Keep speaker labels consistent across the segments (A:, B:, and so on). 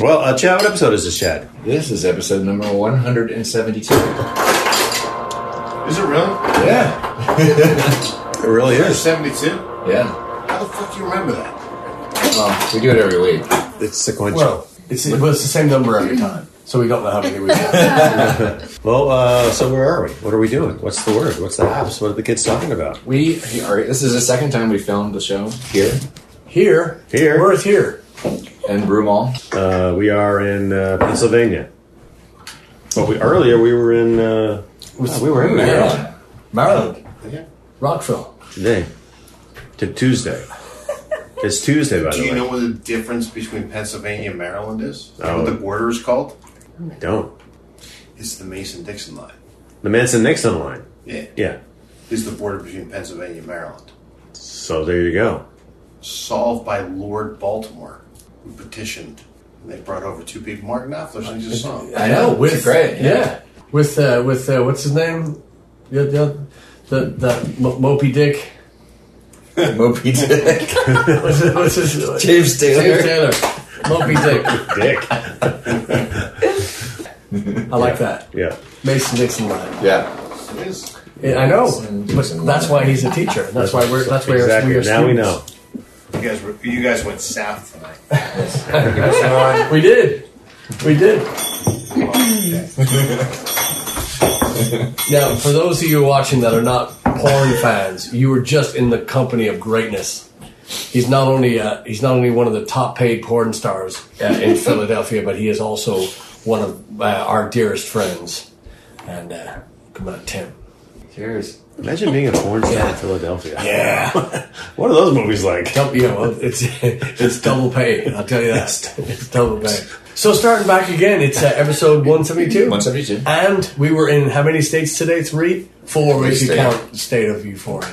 A: Well, uh, Chad, what episode is this, Chad?
B: This is episode number 172.
C: Is it really?
B: Yeah.
A: It really is.
C: 72?
B: Yeah.
C: How the fuck do you remember that?
B: Well, we do it every week.
A: It's sequential.
D: Well,
A: Well,
D: it's, it was the same number every time, so we don't know how many we did.
A: uh, so where are we? What are we doing? What's the word? What's the apps? What are the kids talking about?
B: We all right. This is the second time we filmed the show here
D: Here,
A: Here.
D: we're at here.
B: in Broomall.
A: Uh, we are in uh, Pennsylvania. But we earlier we were in uh, oh, we were in Maryland
D: Yeah. Maryland,
C: Yeah.
D: Rockville.
A: today to Tuesday. It's Tuesday, by
C: Do
A: the
C: you
A: way.
C: know what the difference between Pennsylvania and Maryland is? You know
A: Oh.
C: What the border is called?
A: Don't
C: It's the Mason-Dixon line.
A: the Manson Nixon line.
C: Yeah.
A: Yeah.
C: Is the border between Pennsylvania and Maryland.
A: So there you go.
C: Solved by Lord Baltimore, who petitioned. And they brought over two people. Mark Knopfler sings a song.
B: I know,
D: with
B: it's great,
D: Yeah,
B: yeah.
D: with uh, with uh, what's his name? The the the, the Mo- Mopey Dick.
B: Moby Dick.
D: What's his, what's his
B: James Taylor.
D: James Taylor. Mopey Dick.
A: Dick.
D: I like that.
A: Yeah.
D: Mason Dixon line.
B: Yeah.
C: It is.
D: Yeah, I know,
B: Mason Dixon
D: but that's
B: line.
D: why he's a teacher. That's why we're that's why
A: exactly.
D: we are
A: now we
D: students.
A: know.
C: You guys, were, you guys went south tonight.
D: We did. We did. now, for those of you watching that are not porn fans, you were just in the company of greatness. He's not only uh, he's not only one of the top paid porn stars uh, in Philadelphia, but he is also one of uh, our dearest friends. And uh, come on, Tim.
B: Cheers.
A: Imagine being a porn star
D: Yeah.
A: in Philadelphia.
D: Yeah,
A: What are those movies like?
D: Double- you know, it's it's double pay. I'll tell you that. It's double pay. So starting back again, it's uh, episode one seventy two.
B: 172.
D: And we were in how many states today? Three, four. If you
B: State.
D: count the state of euphoria.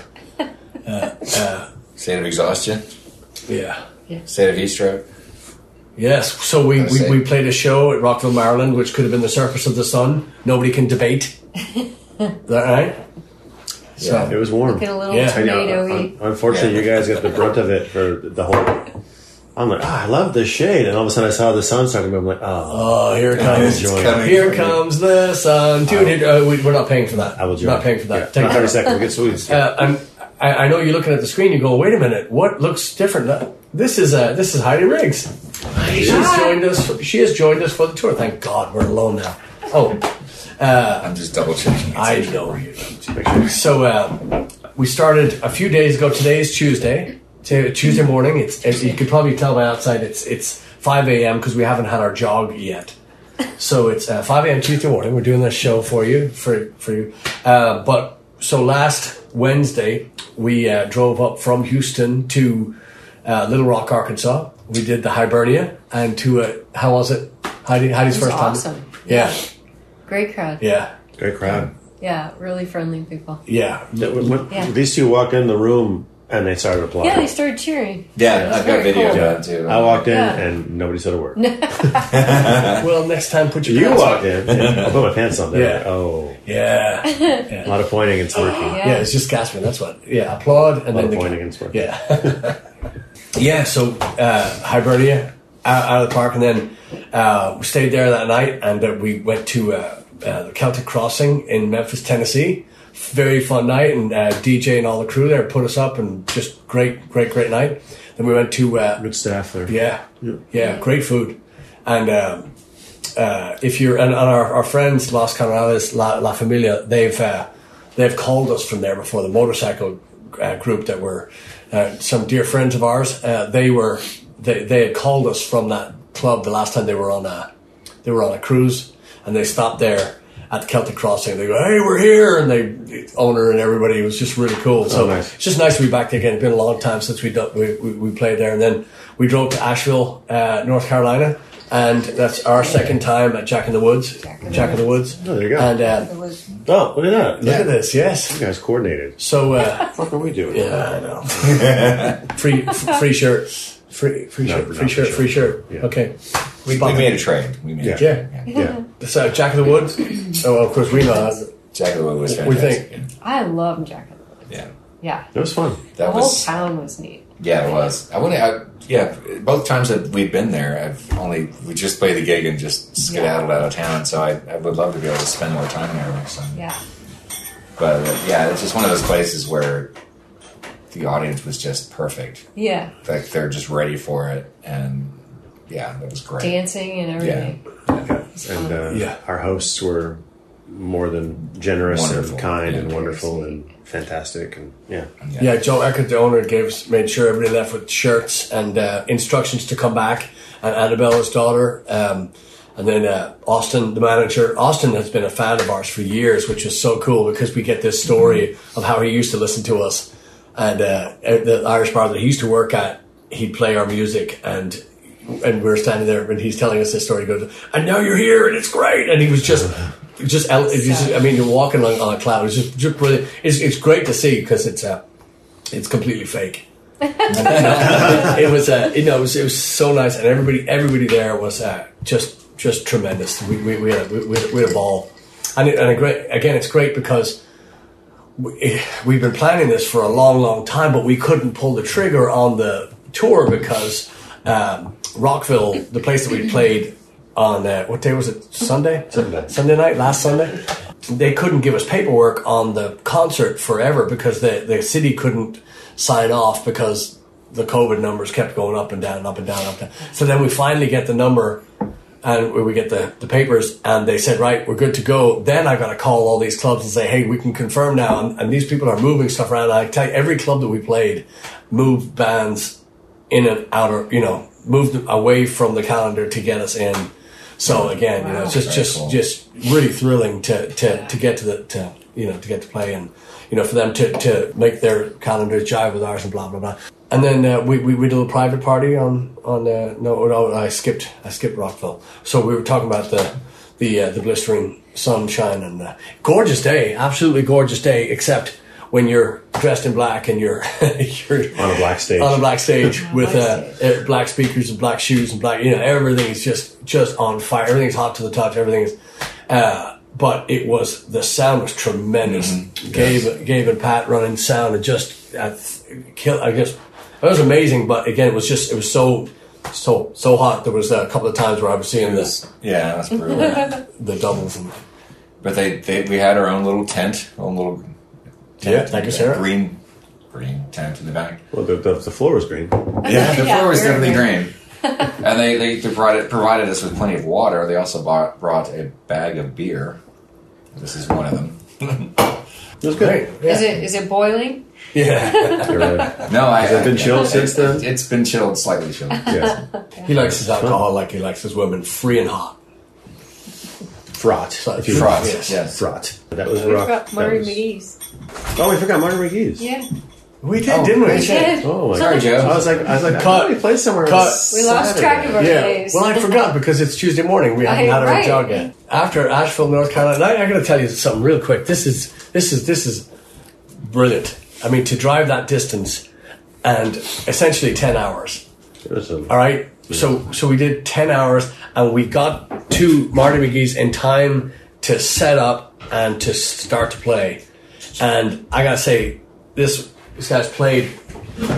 B: State of exhaustion.
D: Yeah.
B: State of heat stroke.
D: Yes. So we,
B: Gotta
D: we,
B: say.
D: we played a show at Rockville, Maryland, which could have been the surface of the sun. Nobody can debate. Is that right?
A: It
D: So
A: was warm.
E: Get a little
D: Yeah.
A: I know.
E: tornado-y.
D: um,
A: Un- unfortunately, you guys got the brunt of it for the whole. I'm like, ah, I love the shade, and all of a sudden I saw the sun starting. to move. I'm like, oh,
D: oh, here it comes.
A: enjoy it.
B: coming.
D: Here comes the sun, dude. It, uh, we, we're not paying for that.
A: I will join.
D: Not paying for that.
A: Yeah, not
D: Take
A: thirty
D: it.
A: seconds. We get sweets.
D: Uh, I'm, I, I know you're looking at the screen. You go, wait a minute. What looks different? This is uh, this is Heidi Riggs. She has joined us. She has joined us for the tour. Thank God we're alone now. Oh,
B: I'm just double checking.
D: I know you. So uh, we started a few days ago. Today is Tuesday. T- Tuesday morning. It's as you could probably tell by outside. It's it's 5 a.m. because we haven't had our jog yet. So it's uh, 5 a.m. Tuesday morning. We're doing this show for you for for you. Uh, but so last Wednesday we uh, drove up from Houston to uh, Little Rock, Arkansas. We did the Hibernia and to uh, how was it? Heidi, Heidi's
E: It was
D: first
E: awesome.
D: time. Yeah,
E: Great crowd. Yeah.
D: yeah,
A: Great crowd.
E: really friendly people.
D: yeah.
A: That was- when
E: Yeah.
A: These two walked in the room and they started applauding.
E: Yeah, they started cheering.
B: Yeah, I've got
E: very
B: video
E: cool.
B: of that too.
A: I walked in
E: Yeah.
A: and nobody said a word.
D: Well, next time put your
A: You
D: pants
A: walked
D: on.
A: in. And I put my pants on. There.
D: Yeah.
A: Oh,
D: Yeah. yeah.
A: a lot of pointing and smirking.
E: Yeah.
D: Yeah, it's just gasping. That's what. Yeah, applaud and then
A: lot
D: the
A: of pointing and smirking.
D: Yeah. yeah, so uh, Hibernia out, out of the park, and then uh, we stayed there that night, and uh, we went to uh, uh, the Celtic Crossing in Memphis, Tennessee. Very fun night, and uh, DJ and all the crew there put us up, and just great, great, great night. Then we went to uh,
A: Good staff there.
D: yeah. yeah. Great food. And um, uh, if you're, and, and our, our friends, Los Canales, La, La Familia, they've, uh, they've called us from there before the motorcycle uh, group that were uh, some dear friends of ours. Uh, they were, they, they had called us from that club the last time they were on a, they were on a cruise and they stopped there at the Celtic Crossing. They go, hey, we're here. And they, the owner and everybody, it was just really cool. So
A: Oh, nice.
D: it's just nice to be back there again. It's been a long time since we, done, we, we, we played there. And then we drove to Asheville, uh, North Carolina. And that's our second time at Jack in the Woods. Jack
E: in the
D: in the Woods.
A: Oh, there you go.
D: And uh,
E: It was
A: Oh, look at that.
D: look at this, yes.
A: You guys coordinated.
D: So, uh,
A: What the fuck are we doing?
D: yeah, I know. free, f- free shirt. Free, free
A: No,
D: shirt,
A: not
D: free shirt, free shirt.
A: Yeah.
D: Okay.
B: we, we made a trade. We made
A: Yeah.
B: a trade.
D: Yeah.
A: Yeah.
D: So, Jack in the Woods. Oh, well, of course, we know.
B: Jack of the Wood was
D: What do you
B: fantastic.
D: think?
E: I love Jack in the Woods.
B: Yeah.
E: Yeah.
A: It was fun.
E: The
B: That
E: whole
B: was
E: town was neat.
B: Yeah, it was. I wouldn't. I, yeah, both times that we've been there, I've only we just played the gig and just skedaddled out of town. So I, I would love to be able to spend more time there. Or something.
E: Yeah.
B: But uh, yeah, it's just one of those places where the audience was just perfect.
E: Yeah.
B: Like they're just ready for it, and yeah, that was great.
E: Dancing and everything.
A: and uh,
D: Yeah.
A: our hosts were more than generous
B: Wonderful.
A: and kind and
B: Yeah.
A: wonderful and fantastic and yeah
D: Yeah, Joe Eckert, the owner, gave us, made sure everybody left with shirts and uh, instructions to come back. And Annabella's daughter, um, and then uh, Austin, the manager. Austin has been a fan of ours for years, which is so cool because we get this story of how he used to listen to us. And uh, at the Irish bar that he used to work at, he'd play our music and and we're standing there and he's telling us this story. He goes, and now you're here and it's great. And he was just, just, el- it was just I mean, you're walking on, on a cloud. It's just, just brilliant. It's, it's great to see because it's uh, it's completely fake. it was, uh, you know, it was, it was so nice, and everybody, everybody there was uh, just, just tremendous. We, we, we, had a, we, we had a ball, and, it, and a great, again, it's great because we, we've been planning this for a long, long time, but we couldn't pull the trigger on the tour because um, Rockville, the place that we played on uh, what day was it? Sunday.
A: Sunday.
D: Sunday night, last Sunday. They couldn't give us paperwork on the concert forever because the, the city couldn't sign off because the COVID numbers kept going up and down and up and down and up and down. So then we finally get the number and we we get the, the papers and they said, right, we're good to go. Then I got to call all these clubs and say, hey, we can confirm now. And, and these people are moving stuff around. I tell you, every club that we played moved bands in and out or, you know, moved away from the calendar to get us in. So again, you know, it's just,
B: Very
D: just,
B: cool.
D: just really thrilling to, to, to get to the, to, you know, to get to play and, you know, for them to, to make their calendars jive with ours and blah, blah, blah. And then uh, we, we we did a little private party on on uh, no no I skipped I skipped Rockville. So we were talking about the the uh, the blistering sunshine and uh, gorgeous day, absolutely gorgeous day. Except when you're dressed in black and you're you're
A: on a black stage
D: on a black stage with
E: black
D: uh, uh, black speakers and black shoes and black you know everything is just just on fire. Everything's hot to the touch. Everything is. Uh, but it was the sound was tremendous. Gabe, Gabe and Pat running sound and just uh, kill. I guess it was amazing. But again, it was just it was so so so hot. There was uh, a couple of times where I was seeing
B: It
D: the
B: was, yeah, that's brutal.
D: the doubles and
B: but they, they we had our own little tent, own little tent,
D: like a Sarah.
B: green green tent in the back.
A: well the, the, the floor was green
B: Yeah, the
E: Yeah,
B: floor was
E: very
B: definitely green. and they, they, they provided, provided us with plenty of water. They also bought, brought a bag of beer. This is one of them.
A: it was
D: Great.
A: good
D: Yeah.
E: Is it is it boiling?
D: yeah.
A: You're right.
B: No, I
A: it been chilled since then?
B: It, has been chilled, slightly chilled.
A: yeah
D: he likes his alcohol like he likes his women free and hot.
A: fraught
D: So-
A: if you
B: Fraught,
D: Yes.
B: yes.
A: fraught that was
E: We
A: rock
E: forgot
A: That
E: Marty
A: was-
E: McGee's.
A: oh we forgot Martin McGee's
E: Yeah.
D: We did,
B: Oh,
D: didn't we?
B: we
E: Yeah.
A: oh my
B: Sorry,
A: god I
B: Joe.
A: was like I was like
D: Cut.
A: cut we played somewhere on
D: Cut.
E: We lost
A: Saturday.
E: track of our
D: Yeah.
E: days.
D: Well, I forgot because it's Tuesday morning. We haven't
E: Right,
D: had our
E: right.
D: jog yet. After Asheville, North Carolina, I, I got to tell you something real quick. This is this is this is brilliant. I mean, to drive that distance and essentially ten hours.
A: It was a-
D: All right. So so we did ten hours, and we got to Marty McGee's in time to set up and to start to play. And I gotta say, this these guys played.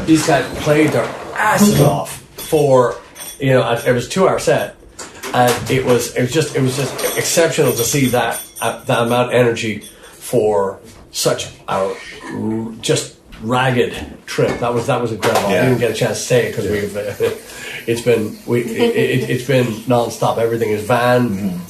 D: These guys played their asses off for you know it was a two hour set, and it was it was just it was just exceptional to see that uh, that amount of energy for such a r- just ragged trip. That was that was incredible. I
B: Yeah.
D: didn't get a chance to say it because we've uh, it's been we it, it, it's been nonstop. Everything is van.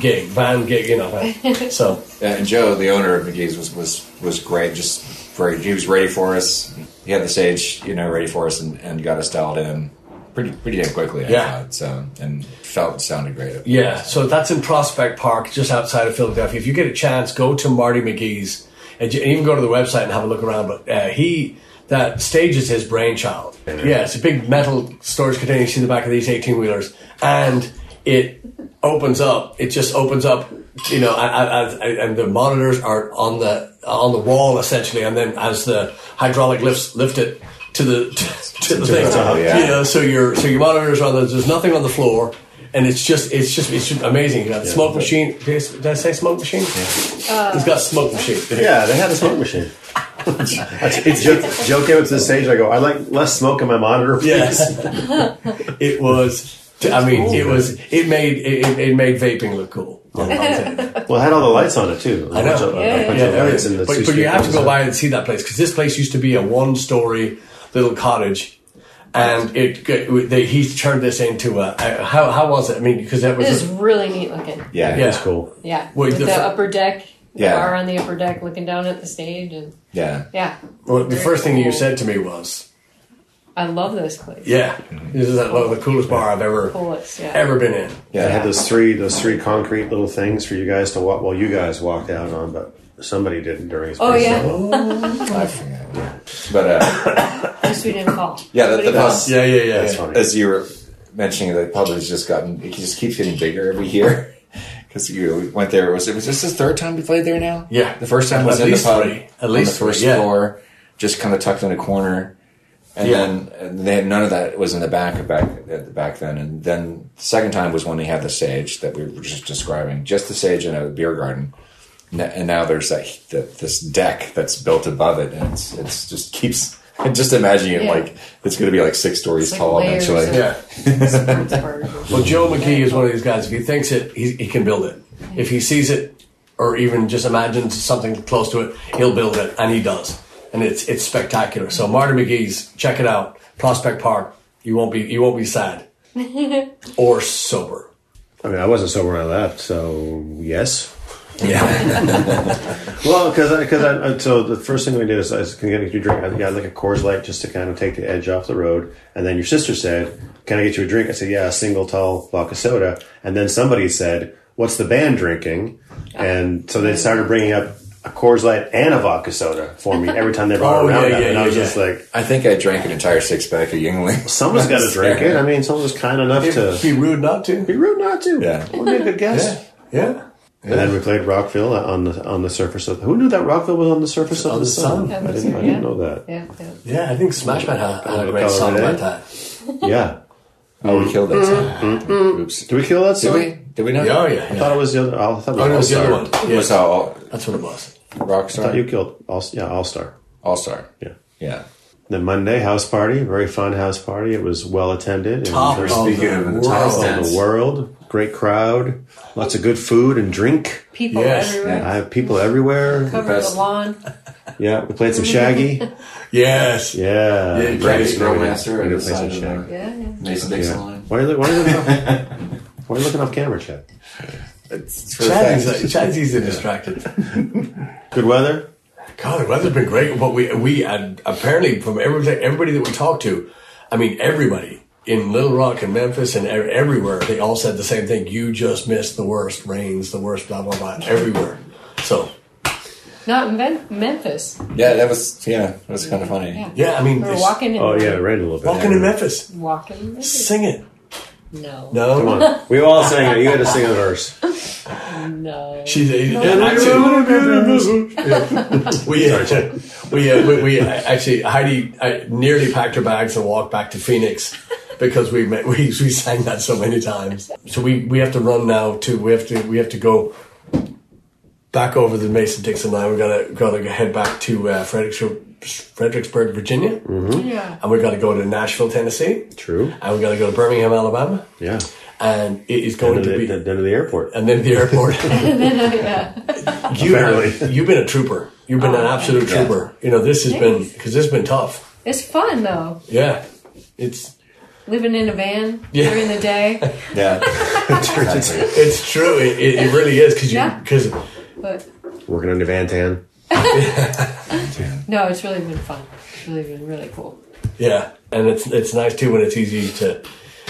D: Gig, van gig, you know. So
B: Yeah, and Joe, the owner of McGee's, was, was, was great. Just very, he was ready for us. He had the stage, you know, ready for us and, and got us dialed in pretty pretty damn quickly. I
D: Yeah.
B: thought, so and felt and sounded great.
D: Yeah, so that's in Prospect Park, just outside of Philadelphia. If you get a chance, go to Marty McGee's and you- and even go to the website and have a look around. But uh, he that stage is his brainchild. Yeah, it's a big metal storage container you see in the back of these eighteen wheelers, and it opens up. It just opens up, you know, and, and- and the monitors are on the on the wall essentially, and then as the hydraulic lifts lift it to the to, the thing,
A: top,
B: yeah.
D: you know, so your so your monitors are on the, there's nothing on the floor and it's just it's just it's just amazing. You know, the smoke
E: Uh,
D: machine. Did I, did I say smoke machine? it's got smoke machine.
A: yeah they had a smoke machine Actually, Joe, Joe came up to the stage. I go, I like less smoke in my monitor, please.
D: Yes. it was. I mean, it was. It made it, it- it made vaping look cool. I'll tell you.
A: Well, it had all the lights on it too.
D: I know.
E: Yeah,
D: Yeah, there is. But, but you have to go by and see that place because this place used to be a one-story little cottage, and it, it they, he turned this into a, a how how was it? I mean, because that was
E: It is
D: a-
E: really neat looking.
B: Yeah.
D: Yeah.
A: It's cool.
E: Yeah.
D: Wait,
E: With
D: the
E: the,
D: fir-
E: upper deck, the
B: Yeah.
E: bar on the upper deck looking down at the stage. and
B: Yeah.
E: Yeah.
D: well, the
E: Very
D: first thing you
E: cool.
D: said to me was,
E: I love this place.
D: "Yeah, this is that, the coolest bar I've ever
E: Coolest, yeah.
D: ever been in."
A: I had
B: Yeah.
A: those three those three concrete little things for you guys to walk. Well, you guys walked out on, but somebody didn't during his.
E: Oh,
A: break,
E: yeah.
A: so-
B: I forget. Yeah. But uh,
E: Just we didn't fall.
B: Yeah, that-
E: Nobody
B: that
E: fell.
B: was-
D: Yeah, yeah, yeah.
A: That's
D: yeah.
A: funny.
B: as you were mentioning, the pub has just gotten it just keeps getting bigger every year. Because you went there, was it was this the third time we played there now?
D: Yeah.
B: the first time
D: At
B: was in the
D: least
B: pub,
D: three. At
B: on
D: least
B: the
D: three,
B: first
D: yeah.
B: floor, just kind of tucked in a corner, and
D: Yeah.
B: then and they had none of that was in the back of back at the back then, and then the second time was when they had the sage that we were just describing, just the sage in a beer garden. N- And now there's that, that this deck that's built above it, and it's it's just keeps. Just imagining it
E: Yeah.
B: like it's going to be like six stories
E: It's like
B: tall
E: layers
B: eventually.
E: of-
D: Yeah.
E: Sports bars.
D: Well, Joe McKee is one of these guys. If he thinks it, he, he can build it. If he sees it, or even just imagines something close to it, he'll build it, and he does. And it's it's spectacular. So Marty McGee's, check it out, Prospect Park. You won't be you won't be sad or sober.
A: I mean, I wasn't sober when I left, so yes.
D: Yeah,
A: Well, because because I, I, so the first thing we did is I was gonna get you a drink. I got like a Coors Light just to kind of take the edge off the road. And then your sister said, "Can I get you a drink?" I said, "Yeah, a single tall vodka soda." And then somebody said, "What's the band drinking?"
E: Oh.
A: And so they started bringing up a Coors Light and a vodka soda for me every time they brought
D: Oh,
A: it around.
D: yeah,
A: that.
D: yeah,
A: and I
D: yeah,
A: was just
D: yeah.
A: like,
B: I think I drank an entire six pack of Yingling.
A: "Someone's got to drink it." I mean, someone's kind enough
D: it'd
A: to
D: be rude not to.
A: be rude not to.
B: Yeah.
A: would be a good guess.
D: Yeah,
A: And then we played Rockville on the on the surface of who knew that Rockville was on the surface of
D: On
A: the,
D: the
A: sun.
D: sun.
A: I didn't, I
E: Yeah.
A: didn't know that.
E: Yeah, yeah.
D: yeah. I think Smash Mouth had, had a great
A: Color
D: song
A: Red.
D: about that.
A: Yeah.
B: Oh, we killed that song. Oops.
A: Did Mm-hmm. we kill that
B: Did
A: song?
B: we? Did we not?
D: Yeah, oh yeah.
A: I
D: yeah.
A: thought it was the other. I thought it was,
D: Oh, no, it was the other one.
B: It
D: Yeah,
B: was all
D: that's what it was.
B: rock
A: I
B: star.
A: thought you killed all. Yeah, All Star.
B: All star.
A: Yeah.
B: Yeah.
A: Then Monday house party, very fun house party. It was well attended.
D: Top
A: and
D: of
B: speaking
D: the
B: of the
D: world.
B: title
A: all
B: then.
A: over the world, great crowd, lots of good food and drink.
E: People
D: Yes.
E: everywhere.
A: I have people everywhere.
E: Cover the
B: Best.
E: lawn.
A: Yeah, we played some Shaggy.
D: Yes.
A: Yeah,
D: Yeah,
A: Greatest
B: Shaggy's
A: night.
B: Grandmaster
A: We
B: at
A: did
B: the
A: play some
B: side of the-
A: Shaggy.
E: Yeah, yeah.
B: Mason
A: Yeah.
B: Dixon line.
A: Why are you, why are you looking up? Why are you looking off camera, Chad?
B: It's for
D: Chad's, Chad's easily distracted.
A: Good weather.
D: God, the weather's been great. But we we and apparently from everybody everybody that we talked to, I mean everybody in Little Rock and Memphis and ev- everywhere, they all said the same thing. You just missed the worst rains, the worst blah blah blah everywhere. So
E: Not in Mem- Memphis.
B: Yeah, that was yeah, that was kind of funny.
E: Yeah.
D: yeah, I mean
E: We were
D: it's-
E: walking in.
A: Oh yeah, it rained a little bit.
D: walking in Memphis,
E: Walking in Memphis.
D: sing it.
E: No.
D: No,
A: Come on, we all sang it. You had to sing a verse.
E: No.
D: She's a, and I really did this. Yeah. we, uh, we, uh, we, we uh, actually, Heidi I nearly packed her bags and walked back to Phoenix because we, met, we, we sang that so many times. So we, we have to run now to, we have to, we have to go back over the Mason-Dixon line. We gotta, gotta head back to uh, Fredericksburg, Fredericksburg, Virginia.
E: Yeah.
D: And we gotta go to Nashville, Tennessee.
A: True.
D: And we gotta go to Birmingham, Alabama.
A: Yeah.
D: And it is
A: Down
D: going
A: to the,
D: to be,
A: down to the airport.
D: and then the airport.
E: yeah.
D: You have,
A: Apparently.
D: you've been a trooper. You've been an
E: Oh,
D: absolute
B: yeah.
D: trooper. You know this has been because this has been tough.
E: It's fun though.
D: Yeah, it's
E: Living in a van
D: Yeah.
E: during the day.
B: Yeah. Exactly.
D: it's true. It, it, it really is because you
E: Yeah.
D: because
E: But
A: Working on the Van Tan.
E: no, it's really been fun. It's really been really cool.
D: yeah, and it's it's nice too when it's easy to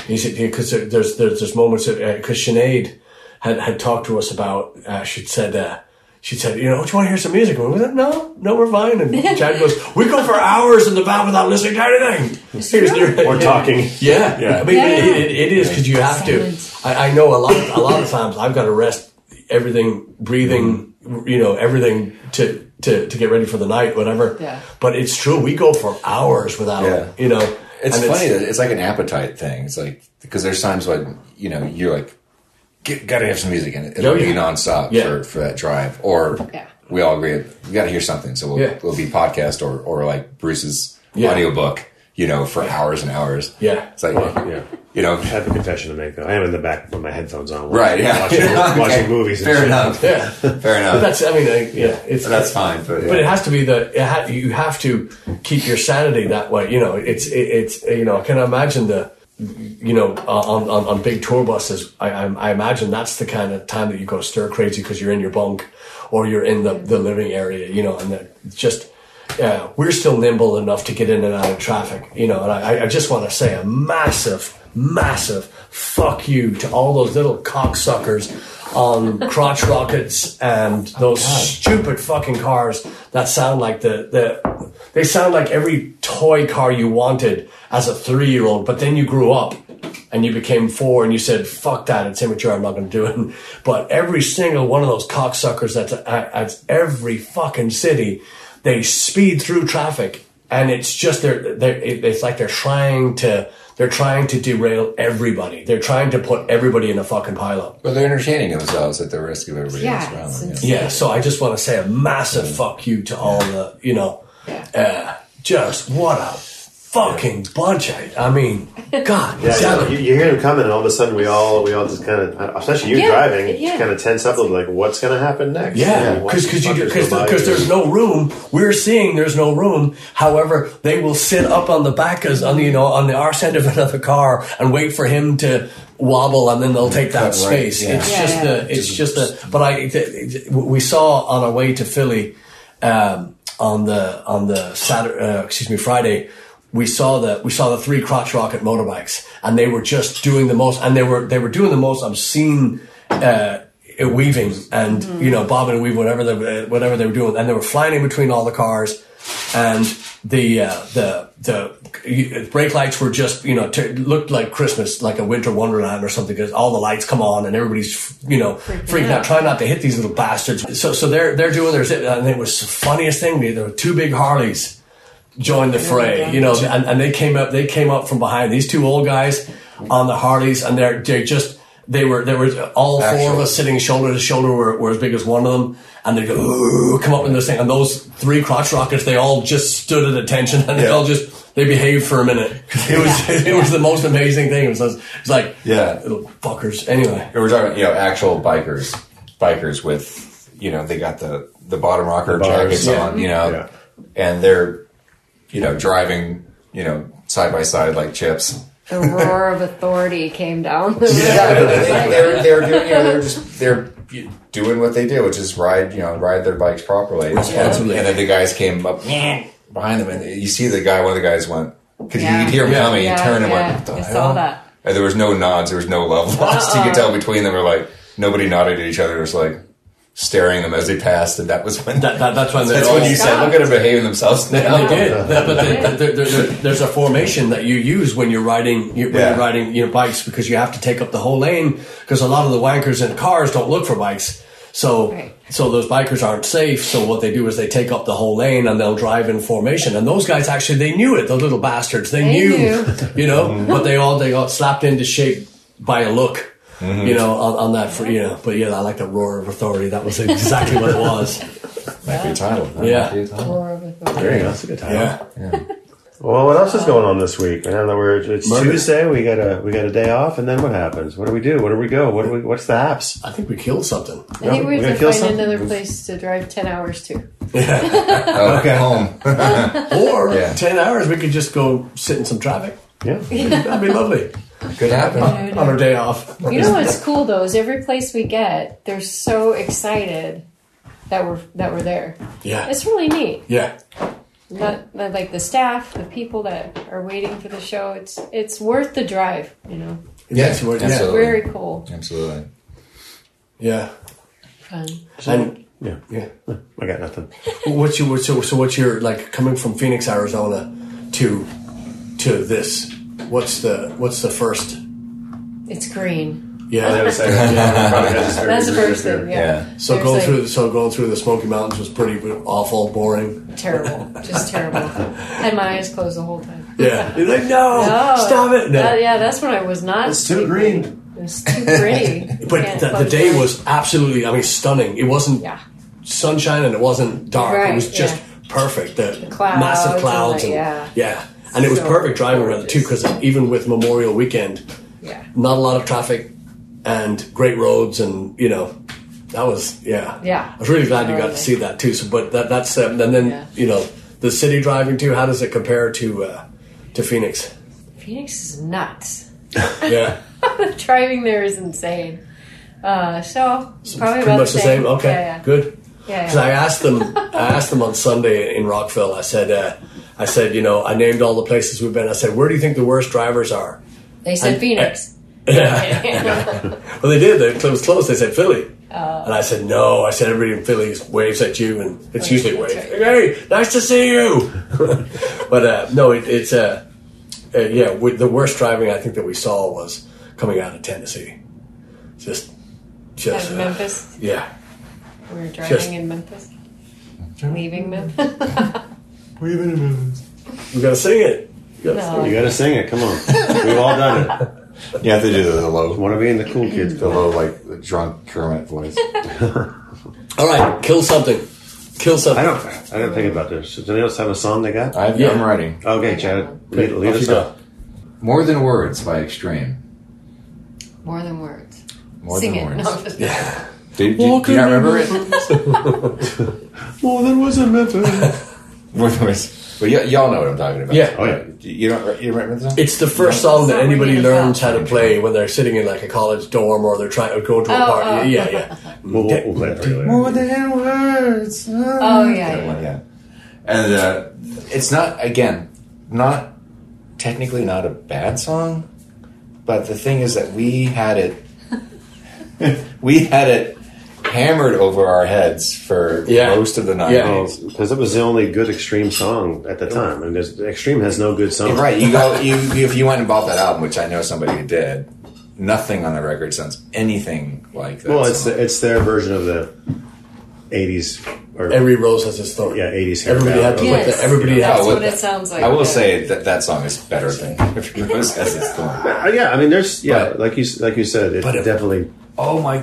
D: easy because there, there's there's there's moments because Sinead had had talked to us about uh, she said. Uh, she said, "You know, do you want to hear some music?" And we went, "No, no, we're fine." And Chad goes, "We go for hours in the van without listening to anything." Seriously,
A: Or talking.
D: Yeah, yeah. I mean,
E: Yeah.
D: It, it, it is because you have
E: Silence.
D: to. I, I know a lot. A lot of times I've got to rest everything, breathing, you know, everything to to to get ready for the night, whatever.
E: Yeah.
D: But it's true. We go for hours without,
B: Yeah.
D: you know.
B: It's
D: and
B: funny. that it's like an appetite thing. It's like because there's times when you know you're like, Get, gotta have some music in it. It'll
D: Oh,
B: be
D: yeah.
B: nonstop
D: Yeah.
B: for, for that drive, or
E: Yeah.
B: we all agree we got to hear something. So we'll,
D: Yeah.
B: we'll be podcast or, or like Bruce's
D: Yeah.
B: audiobook, you know, for hours and hours.
D: Yeah.
B: It's like,
A: Yeah.
B: you know,
A: I have a confession to make though. I am in the back with my headphones on. watching-
B: right. Yeah.
A: Watching,
B: Okay.
A: watching movies and
B: Fair
A: shit.
B: enough.
D: Yeah.
B: Fair
D: But
B: enough.
D: that's, I mean, like, yeah, it's
B: That's fine. But, yeah.
D: But it has to be the it ha- you have to keep your sanity that way. You know, it's it, it's you know. I can imagine the you know uh, on, on on big tour buses. I, I I imagine that's the kind of time that you go stir crazy because you're in your bunk or you're in the the living area. You know, and that it's just. Yeah, we're still nimble enough to get in and out of traffic, you know. And I, I just want to say a massive, massive fuck you to all those little cocksuckers on crotch rockets and those stupid fucking cars that sound like the, the they sound like every toy car you wanted as a three year old, but then you grew up and you became four and you said, fuck that, it's immature, I'm not going to do it. But every single one of those cocksuckers that's at, at every fucking city, they speed through traffic and it's just they're, they're it- it's like they're trying to they're trying to derail everybody. They're trying to put everybody in a fucking pileup.
B: But they're entertaining themselves at the risk of everybody
E: Yeah,
B: else around
E: it's
B: them. yeah.
E: insane.
D: Yeah, so I just want to say a massive
A: Mm.
D: fuck you to all the, you know, uh, just what a fucking bunch. I, I mean, God,
A: Yeah,
D: damn
A: you,
D: it.
A: you hear them coming, and all of a sudden we all we all just kind of, especially you
E: Yeah,
A: driving,
E: yeah.
A: kind of tense up a little. Like, what's going to happen next?
D: Yeah,
A: watch
D: because because
A: fuckers go by
D: because
A: you.
D: there's no room. We're seeing there's no room. However, they will sit up on the back as on the, you know on the arse end of another car and wait for him to wobble, and then they'll take that
B: Cut right,
D: space.
B: yeah.
D: It's
E: Yeah,
D: just
E: yeah.
D: a it's just a. But I th- th- we saw on our way to Philly um, on the on the Saturday uh, excuse me Friday. We saw the we saw the three crotch rocket motorbikes, and they were just doing the most, and they were they were doing the most obscene uh, weaving and you know bobbing and weaving whatever they whatever they were doing, and they were flying in between all the cars, and the uh, the the uh, brake lights were just you know t- looked like Christmas, like a winter wonderland or something, because all the lights come on and everybody's you know freaking, out. trying not to hit these little bastards. So so they're they're doing their zip- and it was the funniest thing. They- There were two big Harleys joined the fray, you know, and, and they came up, they came up from behind these two old guys on the Harleys and they're, they just, they were, there was all four of us sitting shoulder to shoulder were, were as big as one of them. And they go, "Ooh," come up in this thing. And those three crotch rockets, they all just stood at attention and they all just, they behaved for a minute. It was, it was the most amazing thing. It was, it was like,
B: Yeah.
D: little fuckers. Anyway.
B: We're talking, you know, actual bikers, bikers with, you know, they got the the bottom rocker
A: bars.
B: jackets
A: Yeah.
B: on, you know,
A: Yeah.
B: and they're, you know, driving, you know, side by side like chips.
E: The roar of authority came down. The
B: Yeah,
E: road.
B: they, they're they're doing, you know, they're just they're doing what they do, which is ride, you know, ride their bikes properly.
D: Responsibly.
B: And then the guys came up behind them, and you see the guy. One of the guys went because
E: Yeah.
B: you could hear him
D: Yeah.
B: coming.
E: Yeah,
B: He turned and
E: yeah.
B: went. What the
E: I
B: hell?
E: saw that. Uh-uh.
B: And there was no nods. There was no love lost. You could tell between them. Were like nobody nodded at each other. It was like staring at them as they passed, and that was when
D: That, that, that's when they
B: that's
D: all
B: when you said, "Look at them behaving themselves now."
D: They did, That- but they- that- there- there- there- there's a formation that you use when you're riding you, when
B: Yeah.
D: you're riding your bikes because you have to take up the whole lane because a lot of the wankers in cars don't look for bikes. So,
E: Right.
D: so those bikers aren't safe. So what they do is they take up the whole lane and they'll drive in formation. And those guys actually they knew it. The little bastards they, knew,
E: knew.
D: you know. but they all they got slapped into shape by a look. You know, on, on that, for, you know, but yeah, I like the roar of authority. That was exactly what it was.
B: Might be a title. That
D: Yeah.
B: might be a title.
E: Roar of authority.
A: There you go. That's a good time.
D: Yeah.
A: Well, what else is going on this week? Man, that we're it's
D: Murder.
A: Tuesday. We got a we got a day off, and then what happens? What do we do? What do we go? What do we? What's the haps?
D: I think we killed something.
E: I think we
A: We're
E: have
A: gonna
E: to
A: kill
E: find
A: something.
E: another place to drive 10 hours to.
B: Oh, home.
D: Or
B: Yeah.
D: 10 hours, we could just go sit in some traffic.
A: Yeah.
D: That'd be lovely
B: Could happen.
D: on our day off.
E: You know what's cool though is every place we get, they're so excited that we're that we're there.
D: Yeah.
E: It's really neat.
D: Yeah.
E: Not not like the staff, the people that are waiting for the show. It's it's worth the drive. You know,
D: Yeah. it's worth- yeah.
B: absolutely.
E: very cool,
B: Absolutely.
D: Yeah.
E: fun.
D: And
A: Yeah.
D: yeah.
A: I got nothing.
D: What's your, what's your, so what's your, like, coming from Phoenix, Arizona to, to this, what's the, what's the first?
E: It's green.
A: I
D: Yeah.
A: was- I- yeah,
E: That's the first thing. Yeah.
B: Yeah.
D: So
E: There's,
D: going
E: like,
D: through, so going through the Smoky Mountains was pretty awful, boring.
E: terrible, just terrible. Had my eyes closed the whole time.
D: Yeah. You're like, no,
E: No.
D: stop it. No.
E: That- yeah, that's when I was not.
A: It's too green.
E: It's too pretty.
D: But the, the day was absolutely, I mean, stunning. It wasn't
E: Yeah.
D: sunshine and it wasn't dark. it
E: Right,
D: was just
E: yeah.
D: perfect. The
E: Clouds
D: massive clouds
E: and
D: and,
E: the-
D: yeah. And it was
E: So
D: perfect driving around too
E: gorgeous.
D: because even with Memorial Weekend,
E: Yeah.
D: not a lot of traffic and great roads and you know that was yeah
E: Yeah.
D: i was really glad you got to
E: Totally.
D: see that too so but that that's um, and then
E: Yeah.
D: you know the city driving too how does it compare to uh to phoenix
E: Phoenix is nuts.
D: yeah
E: Driving there is insane. Uh, so probably
D: pretty
E: about
D: much
E: the same.
D: okay
E: Yeah, yeah.
D: good
E: Yeah,
D: Because I asked them, I asked them on Sunday in Rockville. I said, uh, I said, you know, I named all the places we've been. I said, where do you think the worst drivers are?
E: They said
D: I-
E: Phoenix.
D: Well, they did. They, it was close. They said Philly.
E: Oh.
D: and I said, no. I said, everybody in Philly waves at you, and it's usually
E: Oh, that's
D: waves. Hey, nice to see you. but uh, no, it, it's uh, uh, yeah. We, the worst driving I think that we saw was coming out of Tennessee. Just,
E: Out
D: just
E: of
D: uh,
E: Memphis.
D: yeah.
E: We were driving
D: Just-
E: in Memphis. Leaving Memphis.
D: We gotta sing it.
E: no.
A: You gotta sing it. Come on. We've all done it.
B: You have to do the low,
A: Want to be in the cool kids
B: the
A: club.
B: low like drunk Kermit voice.
D: All right, kill something. Kill something.
A: I don't. I don't think about this. Does anyone else have a song they got?
B: i
D: Yeah.
B: I'm writing
A: Okay, Chad. Lead, lead
D: Off
A: us
D: you
A: up.
B: more than words by Extreme.
E: More than words.
B: More
E: Sing
B: than
E: it.
B: words.
E: No, I'm just-
B: Do, do, do you not remember it?
A: More than was a Memphis.
B: More than words. But y- y'all know what I'm talking about.
D: Yeah.
A: oh yeah.
B: You don't. You remember the song?
D: It's the first song that
E: Something
D: anybody
E: about-
D: learns how to play when they're sitting in like a college dorm or they're trying to go to a
E: Oh,
D: party.
E: oh.
D: Yeah, yeah.
A: We'll, we'll, we'll play it later.
B: More than words.
E: Oh yeah,
B: That
E: yeah.
B: one, yeah. And uh, it's not again, not technically not a bad song, but the thing is that we had it, we had it hammered over our heads for
D: Yeah.
B: most of the
D: Yeah.
B: nineties.
A: Because it was the only good extreme song at the time, and there's, extreme has no good song.
B: Right? You go. You if you went and bought that album, which I know somebody who did. Nothing on the record sounds anything like that.
A: Well, it's
B: song.
A: the, it's their version of the '80s or
D: Every rose has its thorn.
A: yeah '80s. hair
D: Everybody had
A: ballad.
D: to
E: Yes.
D: put the, everybody
E: That's
D: had
B: Oh, well,
E: what it
B: that-
E: sounds like.
B: I
E: yeah.
B: will say that that song is better than Every Rose Has Its Thorn.
A: Uh, yeah, I mean, there's yeah,
B: But-
A: like you s- like you said, it
B: but it-
A: definitely
B: Oh my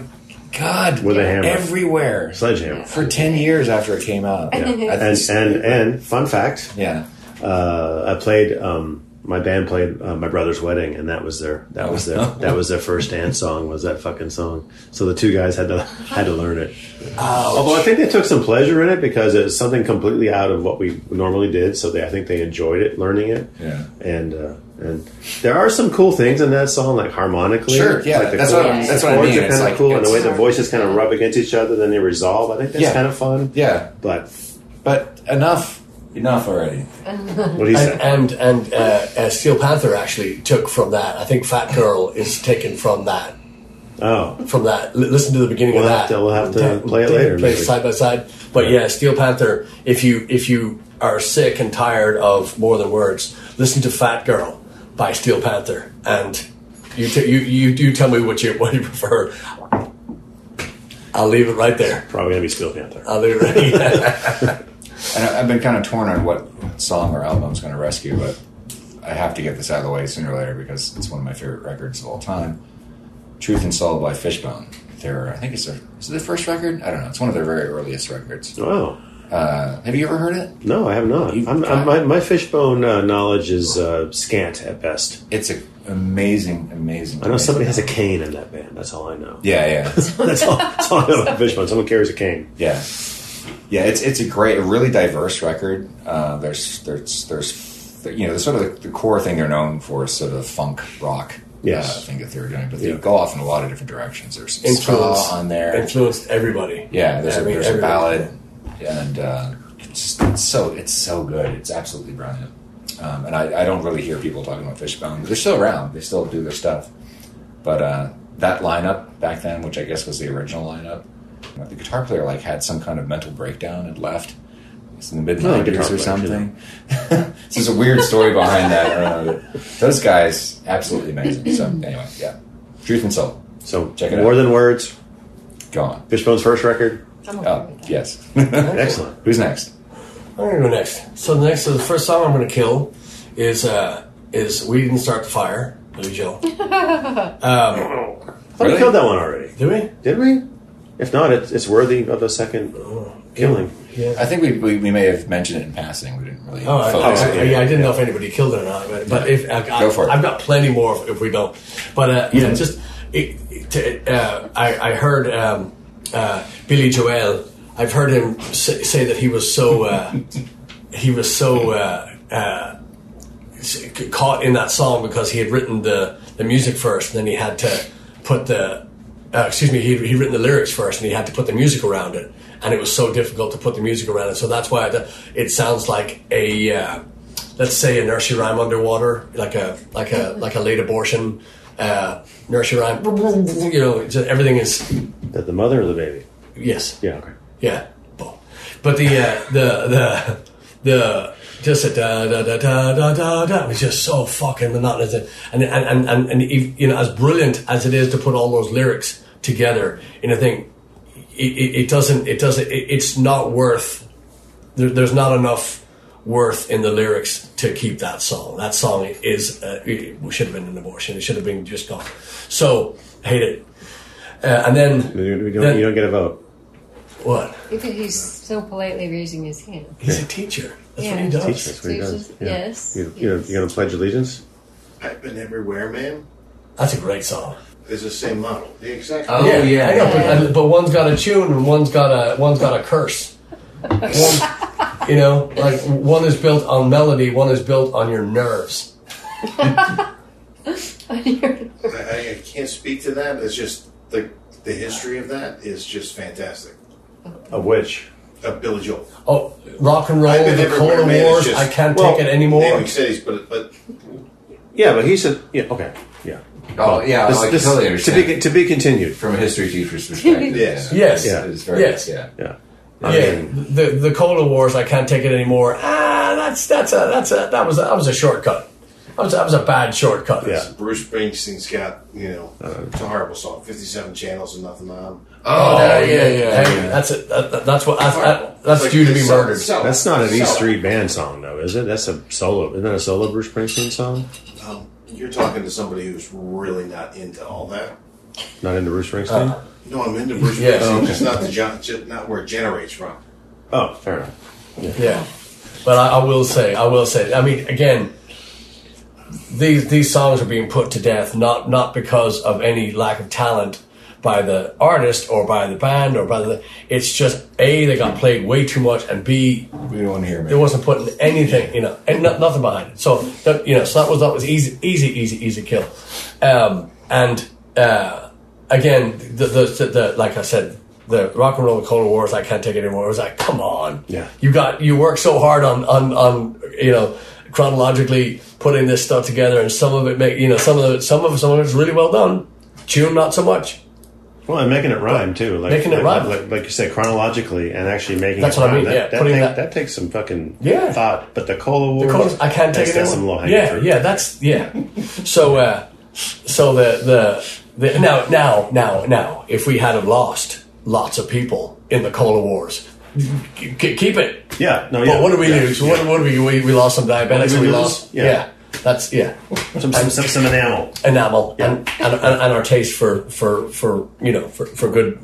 B: god!
A: With a hammer.
B: everywhere.
A: sledgehammer.
B: for 10 years after it came out. Yeah.
A: And and and fun fact,
B: yeah.
A: uh, I played. Um, my band played uh, my brother's wedding, and that was their that was their that was their first dance song. Was that fucking song? So the two guys had to had to learn it. Although I think they took some pleasure in it because it's something completely out of what we normally did. So they, I think they enjoyed it, learning it.
B: Yeah.
A: And uh, and there are some cool things in that song, like harmonically.
B: Sure, yeah,
A: Like the
B: that's
A: chords-
B: what
E: I'm-
B: that's
A: the
B: what I
A: chords
B: mean,
A: are
B: it's
A: kind of
B: like-
A: cool, and the way
B: it's-
A: the voices kind of rub against each other, then they resolve. I think that's
B: Yeah.
A: kind of fun.
B: Yeah.
A: But
B: But enough. Enough already.
A: what do you say?
D: And and, and uh, uh, Steel Panther actually took from that. I think Fat Girl is taken from that.
A: oh,
D: From that, L- listen to the beginning
A: We'll
D: of
A: have
D: that.
A: to- we'll have to play it later,
D: Play
A: maybe.
D: side by side. But yeah, Steel Panther. If you if you are sick and tired of more than words, listen to Fat Girl by Steel Panther, and you t- you, you you tell me what you what you prefer. I'll leave it right there.
A: Probably gonna be Steel Panther.
D: I'll leave it right
B: And I- I've been kind of torn on what song or album I was going to rescue, but I have to get this out of the way sooner or later because it's one of my favorite records of all time. Truth and Soul by Fishbone. Their, I think it's their, is it their first record? I don't know. It's one of their very earliest records.
A: Oh
B: Uh, have you ever heard it?
A: no, I have not.
B: You've
A: I'm,
B: got-
A: I'm, my, my fishbone uh, knowledge is uh, scant at best.
B: It's an amazing, amazing.
A: I know somebody has a cane in that band. That's all I know.
B: Yeah, yeah.
A: that's, all, that's all I know about fishbone. Someone carries a cane.
B: Yeah, yeah. It's it's a great, a really diverse record. Uh, there's there's there's you know the sort of the, the core thing they're known for is sort of funk rock.
A: Yes.
B: uh, thing that they're doing, but they
A: Yeah.
B: go off in a lot of different directions. There's some ska
D: Influence.
B: on there.
D: there. Influenced everybody.
B: Yeah, there's,
D: I
B: a,
D: mean,
B: there's a
D: everybody.
B: ballad, and uh, it's, just- it's so it's so good. It's absolutely brilliant. Um, and I, I don't really hear people talking about Fishbone. They're still around. They still do their stuff. But uh, that lineup back then, which I guess was the original lineup, the guitar player like had some kind of mental breakdown and left. It's in the mid
A: Oh,
B: nineties
A: guitar
B: or
A: player,
B: something. so there's a weird story behind that. I don't know. But Those guys absolutely amazing. So anyway, yeah, Truth and Soul
A: So
B: Check it
A: more
B: out.
A: than words.
B: gone.
A: Fishbone's first record.
E: I'm okay
B: Oh
E: with that.
B: yes.
A: Excellent.
B: Who's next?
D: I'm gonna go next. So the next, so the first song I'm gonna kill is uh, is "We Didn't Start the Fire" by Joe.
A: Oh, We
B: Really?
A: killed that one already.
D: Do we?
A: Did we? If not, it's, it's worthy of a second
B: Oh,
A: killing.
D: Yeah.
B: I think we, we, we may have mentioned it in passing. We didn't really
D: Oh, I,
B: focus.
D: I- I- yeah, I didn't know if anybody killed it or not, but, but if I, I,
B: Go for it. Mm-hmm.
D: I've got plenty more if, if we don't. But uh, yeah, just it, it- to, uh, I, I heard um, uh, Billy Joel. I've heard him say, say that he was so uh, he was so uh, uh, s- caught in that song because he had written the the music first, and then he had to put the uh, excuse me, he he written the lyrics first, and he had to put the music around it, and it was so difficult to put the music around it. So that's why the, it sounds like a uh, let's say a nursery rhyme underwater, like a like a like a late abortion uh, nursery rhyme. You know, just everything is
A: That the mother or the baby?
D: yes,
A: Yeah, okay.
D: yeah. But the uh, the the the just a da da da da da da da was just so fucking monotonous, and and and and, and ev- you know as brilliant as it is to put all those lyrics together in a thing, it, it, it doesn't it doesn't it, it's not worth there, there's not enough worth in the lyrics to keep that song. That song is uh, it should have been an abortion. It should have been just gone. So hate it, uh, and then
A: You you don't,
D: Then-
A: you don't get a vote.
D: what?
E: Because he's so politely raising his hand.
D: He's a teacher. That's what he
E: Yeah.
D: does.
A: Teacher, that's what he
E: So
A: does.
E: it's-
A: Yeah.
E: yes,
A: You, you know,
E: yes.
A: you're going to pledge allegiance?
C: I've been everywhere, man.
D: That's a great song.
C: It's the same model. The exact
F: Oh,
C: model.
F: yeah.
D: I know, but, but one's got a tune and one's got a one's got a curse. One, you know, like one is built on melody, one is built on your nerves.
C: I, I can't speak to that. It's just the the history of that is just fantastic.
A: Of which?
C: Uh, Billy Joel.
D: Oh, rock and roll,
C: I've been
D: the
C: everywhere,
D: Cold
C: man, it's
D: Wars.
C: just-
D: I can't
A: well,
D: take it anymore.
C: Naming cities, but but
A: Yeah, but he said, yeah, okay. Yeah.
B: Oh, yeah,
A: This-
B: I
A: this-
B: totally
A: to,
B: understand.
A: be, to be continued.
B: From a history teacher's perspective.
C: Yes.
B: yeah.
D: Yes.
B: It's- It's very,
D: Yes.
B: Yeah.
A: Yeah.
D: yeah, the the Cola Wars. I can't take it anymore. Ah, that's that's a that's a that was a, that was a shortcut. That was that was a bad shortcut.
A: Yeah.
C: Bruce Springsteen's got you know it's a horrible song. Fifty seven channels and nothing on.
B: Oh, that- yeah, yeah,
D: Hey,
B: yeah.
D: that's it. That, that- that's what that's, that, that's
C: Like,
D: due to be
C: sell-
D: murdered.
C: sell-
A: That's not an E
C: sell.
A: Street Band song, though, is it? That's a solo. Isn't that a solo Bruce Springsteen song?
C: Um, you're talking to somebody who's really not into all that.
A: Not into Bruce
D: Uh,
A: Springsteen?
C: No, I'm into Bruce
D: Yeah.
C: Springsteen. It's not the gen- ju- not where it generates from.
A: oh, fair enough.
D: Yeah, but I, I will say, I will say. I mean, again, these these songs are being put to death not not because of any lack of talent by the artist or by the band or by the. It's just a they got played way too much, and b
B: We don't want to hear
D: it
B: me.
D: wasn't putting anything, you know, and no, nothing behind it. So that, you know, so that was that was easy, easy, easy, easy kill. Um, and uh, again, the, the, the, the like I said, the rock and roll Cold Wars, I can't take it anymore. It was like, come on,
A: Yeah.
D: you got you worked so hard on on on you know chronologically putting this stuff together, and some of it make you know some of it some of some of it's really well done. Tune not so much.
A: Well, and making it rhyme, too. Like,
D: Making it
A: like,
D: rhyme.
A: Like, like you say, chronologically and actually making
D: That's
A: it
D: what I
A: rhyme.
D: mean,
A: That,
D: yeah,
A: that,
D: putting
A: thing-
D: that-
A: that takes some fucking
D: Yeah.
A: thought. But the Cola Wars,
D: Of course, I can't take
A: that's
D: it
A: got
D: anymore.
A: some low-hanging
D: yeah,
A: fruit.
D: yeah, that's yeah. So, uh, so the, the the now now now now if we had have lost lots of people in the Cola Wars, k- k- keep it.
A: Yeah, no,
D: But
A: Oh, yeah.
D: what do we
A: yeah,
D: lose? What, what do we, we we lost some diabetics?
A: did
D: We,
A: we lose?
D: lost
A: Yeah.
D: That's yeah
A: Some, some, some, some enamel.
D: enamel and, and, and, and our taste for, for, for you know for, for good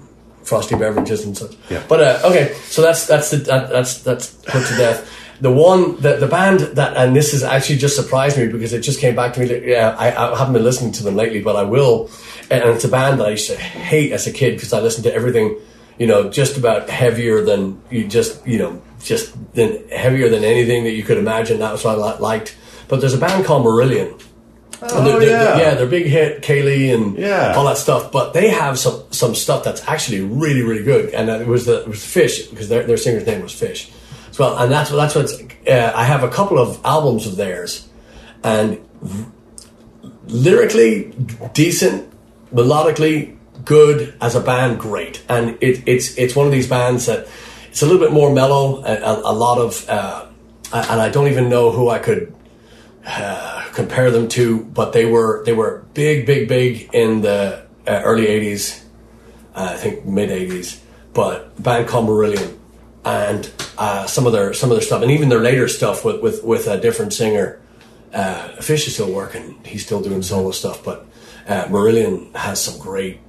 D: frosty beverages and such.
A: Yeah.
D: But uh, okay, so that's that's the, that, that's that's put to death. The one the, the band that and this has actually just surprised me because it just came back to me. that, Yeah, I, I haven't been listening to them lately, but I will. And it's a band that I used to hate as a kid because I listened to everything, you know, just about heavier than you just you know just than heavier than anything that you could imagine. That was what I li- liked. But there's a band called Marillion. And
A: Oh,
D: they're,
A: yeah.
D: they're, yeah, they're big hit, Kaylee, and
A: Yeah.
D: all that stuff. But they have some some stuff that's actually really, really good. And that it was the it was Fish because their, their singer's name was Fish, as well. And that's what that's what's. Uh, I have a couple of albums of theirs, and v- lyrically decent, melodically good as a band, great. And it, it's it's one of these bands that it's a little bit more mellow, a, a, a lot of, uh, and I don't even know who I could compare them to, but they were they were big, big, big in the uh, early '80s, uh, I think mid '80s. But band called Marillion, and uh, some of their some of their stuff, and even their later stuff with with with a different singer. Uh, Fish is still working; he's still doing solo stuff, but uh, Marillion has some great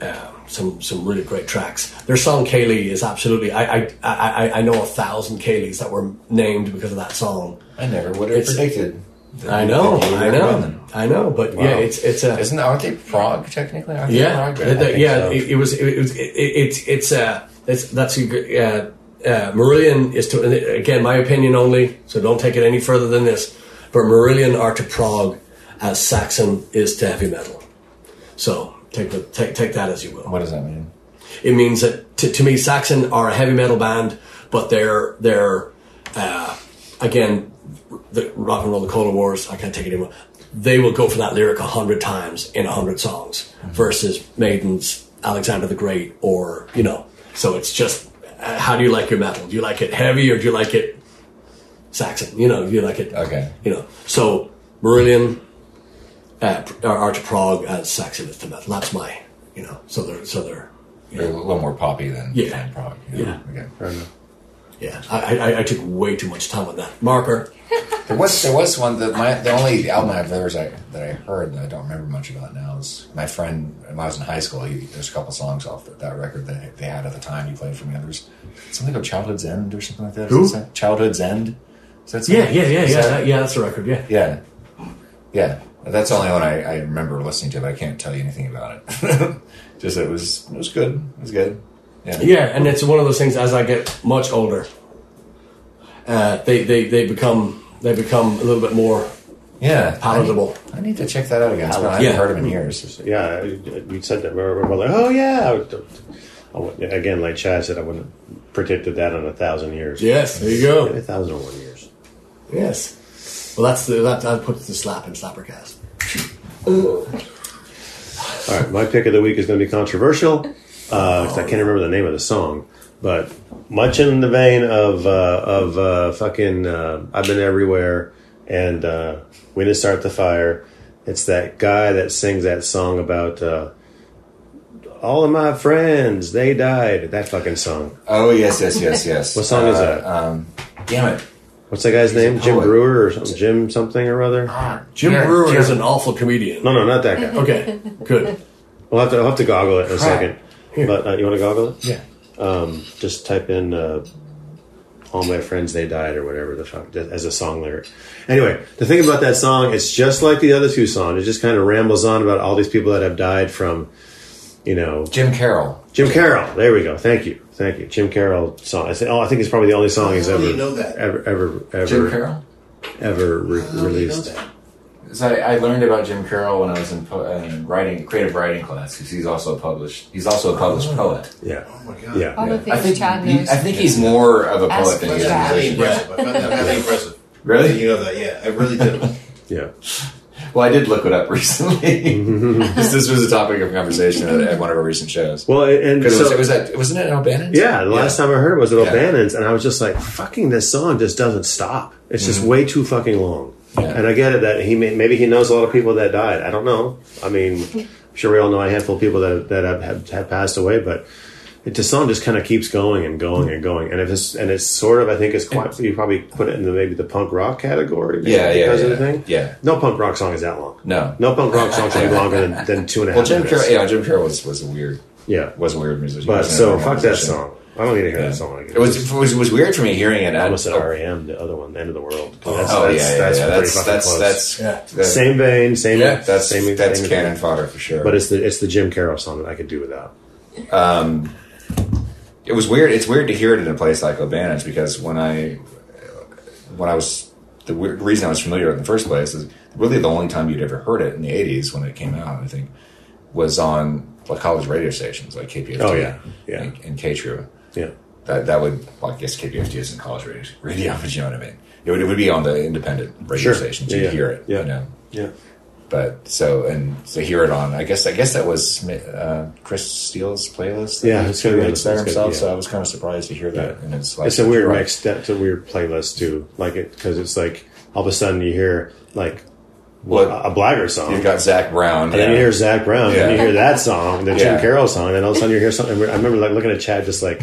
D: um, some some really great tracks. Their song "Kaylee" is absolutely. I I, I, I know a thousand Kaylees that were named because of that song.
B: I never would have
D: It's-
B: predicted. that
D: I
B: you-
D: know,
B: that you would
D: I
B: have done
D: know,
B: them.
D: I know. But
B: Wow.
D: yeah, it's it's a
B: Isn't aren't they Prague technically? Aren't they
D: yeah,
B: Prague?
D: yeah,
B: I think
D: yeah,
B: so.
D: it, it was. It, was. It, it, it's it's uh, that's that's a gr- uh, uh, Marillion is to and again my opinion only, so don't take it any further than this. But Marillion are to Prague as Saxon is to heavy metal. So take the, take take that as you will.
B: What does that mean?
D: It means that to, to me, Saxon are a heavy metal band, but they're they're uh, again the rock and roll, the Cola Wars. I can't take it anymore. They will go for that lyric a hundred times in a hundred songs versus Maiden's Alexander the Great or you know. So it's just uh, how do you like your metal? Do you like it heavy or do you like it Saxon? You know, do you like it
B: Okay.
D: You know, so Marillion uh, are, are to Prague as Saxon is to metal. That's my you know. So they're so they're.
B: They're a little more poppy than
D: Yeah.
B: than Prague.
D: Yeah.
B: Okay.
A: I don't know.
D: Yeah, I, I, I took way too much time on that marker.
B: There was there was one that my the only album I've ever I, that I heard that I don't remember much about now is my friend when I was in high school. He, there's a couple songs off that, that record that they had at the time. He played for me. Others something called Childhood's End or something like that. Is
D: Who?
B: that sa- Childhood's End. Is that
D: Yeah, yeah, yeah,
B: is
D: yeah,
B: that-
D: that- yeah. That's the record. Yeah,
B: yeah, yeah. That's the only one I, I remember listening to, but I can't tell you anything about it. Just it was it was good. It was good. Yeah.
D: yeah, and it's one of those things. As I get much older, uh, they, they they become they become a little bit more
B: Yeah.
D: palatable.
B: I need, I need to check that out again. It's been- I haven't
D: Yeah.
B: heard him in years.
A: Yeah, you said that. We're, we're like, oh yeah. I would- I would- again, like Chad said, I wouldn't have predicted that in a thousand years.
D: Yes, there you
A: a
D: go.
A: thousand and one years.
D: Yes. Well, that's the that that puts the slap in slappercast.
A: All right, my pick of the week is going to be controversial because I can't remember the name of the song, but much in the vein of uh, of uh, fucking uh, I've been everywhere and uh, we didn't start the fire. It's that guy that sings that song about uh, all of my friends they died. That fucking song.
B: Oh yes, yes, yes, yes.
A: What song is
B: Uh,
A: that?
B: Um, damn it.
A: What's that guy's name? Jim
B: poet.
A: Brewer or something? Jim something or other?
D: Jim
B: Yeah,
D: Brewer
B: Jim-
D: is an awful comedian.
A: No, no, not that guy.
D: Okay, good.
A: We'll have to, I'll have to goggle it in a
B: Crap.
A: second. But uh, you want to goggle it? Um,
B: Yeah.
A: just type in uh, "All My Friends They Died" or whatever the fuck as a song lyric. Anyway, the thing about that song, it's just like the other two songs. It just kind of rambles on about all these people that have died from, you know,
B: Jim Carroll.
A: Jim Carroll. There we go. Thank you, thank you. Jim Carroll song. I say, oh, I think it's probably the only song he's
C: How
A: ever
C: do you know that?
A: ever ever
B: Jim
A: ever
B: Carroll.
A: ever re-
C: How do you know
A: released.
C: that?
B: So I, I learned about Jim Carroll when I was in, po- uh, in writing creative writing class because he's also a published he's also a published poet.
C: Oh
A: Yeah,
C: my god.
A: yeah.
E: All the
B: I
E: things
B: think
E: Chad
B: he-
E: knows.
B: I think he's more of a poet
E: Ask
B: than
E: for
B: he is. a
E: that.
B: musician.
C: Really impressive. I found that really impressive.
B: Really?
C: You know that, yeah. I really did.
A: Yeah.
B: Well, I did look it up recently. this, this was a topic of conversation at, at one of our recent shows.
A: Well, and
B: Because
A: so
B: it was, it was at, wasn't it in O'Bannon?
A: Yeah, the last time I heard it was at
B: Yeah.
A: O'Bannon's, and I was just like, "Fucking, this song just doesn't stop. It's just way too fucking long."
B: Mm-hmm. Yeah.
A: And I get it that he may, maybe he knows a lot of people that died. I don't know. I mean, I'm sure we all know a handful of people that that have, have, have passed away, but it, the song just kind of keeps going and going and going. And if it's and it's sort of, I think it's quite. You probably put it in the maybe the punk rock category. maybe,
B: Yeah, yeah,
A: because
B: yeah.
A: of the thing.
B: Yeah.
A: no punk rock song is that long.
B: No.
A: no punk rock song is any longer than, than two and a half.
B: Well, Jim
A: minutes.
B: Carroll, yeah, Jim Carroll was, was a weird,
A: yeah.
B: was a weird musician.
A: But
B: He was a
A: so
B: normal
A: fuck that
B: musician.
A: song. I don't need to hear
B: Yeah.
A: that song again.
B: It was, it was it was weird for me hearing it.
A: I
B: I
A: almost E
B: was
A: said REM, the other one, the end of the world. That's,
B: Oh
A: that's,
B: yeah, yeah,
A: that's
B: yeah.
A: pretty
B: That's
A: fucking
B: that's
A: close.
B: that's
D: Yeah.
B: that-
A: same vein, same
D: Yeah,
B: That's
A: same
B: that's
A: same
B: cannon fodder for sure.
A: But it's the it's the Jim Carroll song that I could do without.
B: it was weird. It's weird to hear it in a place like O'Bannon's because when I when I was the weird reason I was familiar in the first place is really the only time you'd ever heard it in the '80s when it came out. I think was on like college radio stations like KPFT.
A: Oh, yeah. Yeah.
B: and, and KTRU.
A: Yeah,
B: That that would well, I guess KPFT isn't college radio, radio, but you know what I mean. It would, it would be on the independent radio
A: Sure.
B: stations.
A: Yeah,
B: You
A: yeah.
B: hear it,
A: Yeah.
B: you know.
A: yeah.
B: But so and to hear it on, I guess I guess that was uh, Chris Steele's playlist. that
A: Yeah,
B: he
A: it's gotta be on-
B: created there
A: it's gotta-
B: himself.
A: yeah.
B: So I was kind of surprised to hear that.
A: Yeah.
B: And it's like
A: It's a weird
B: right.
A: mix. That's a weird playlist too. Like it because it's like all of a sudden you hear like
B: Well,
A: a Blagger song.
B: you've got Zach Brown.
A: and then you hear Zach Brown, and you
B: Yeah.
A: hear that song, the
B: Yeah.
A: Jim Carroll song, and then all of a sudden you hear something. I remember like looking at Chad, just like,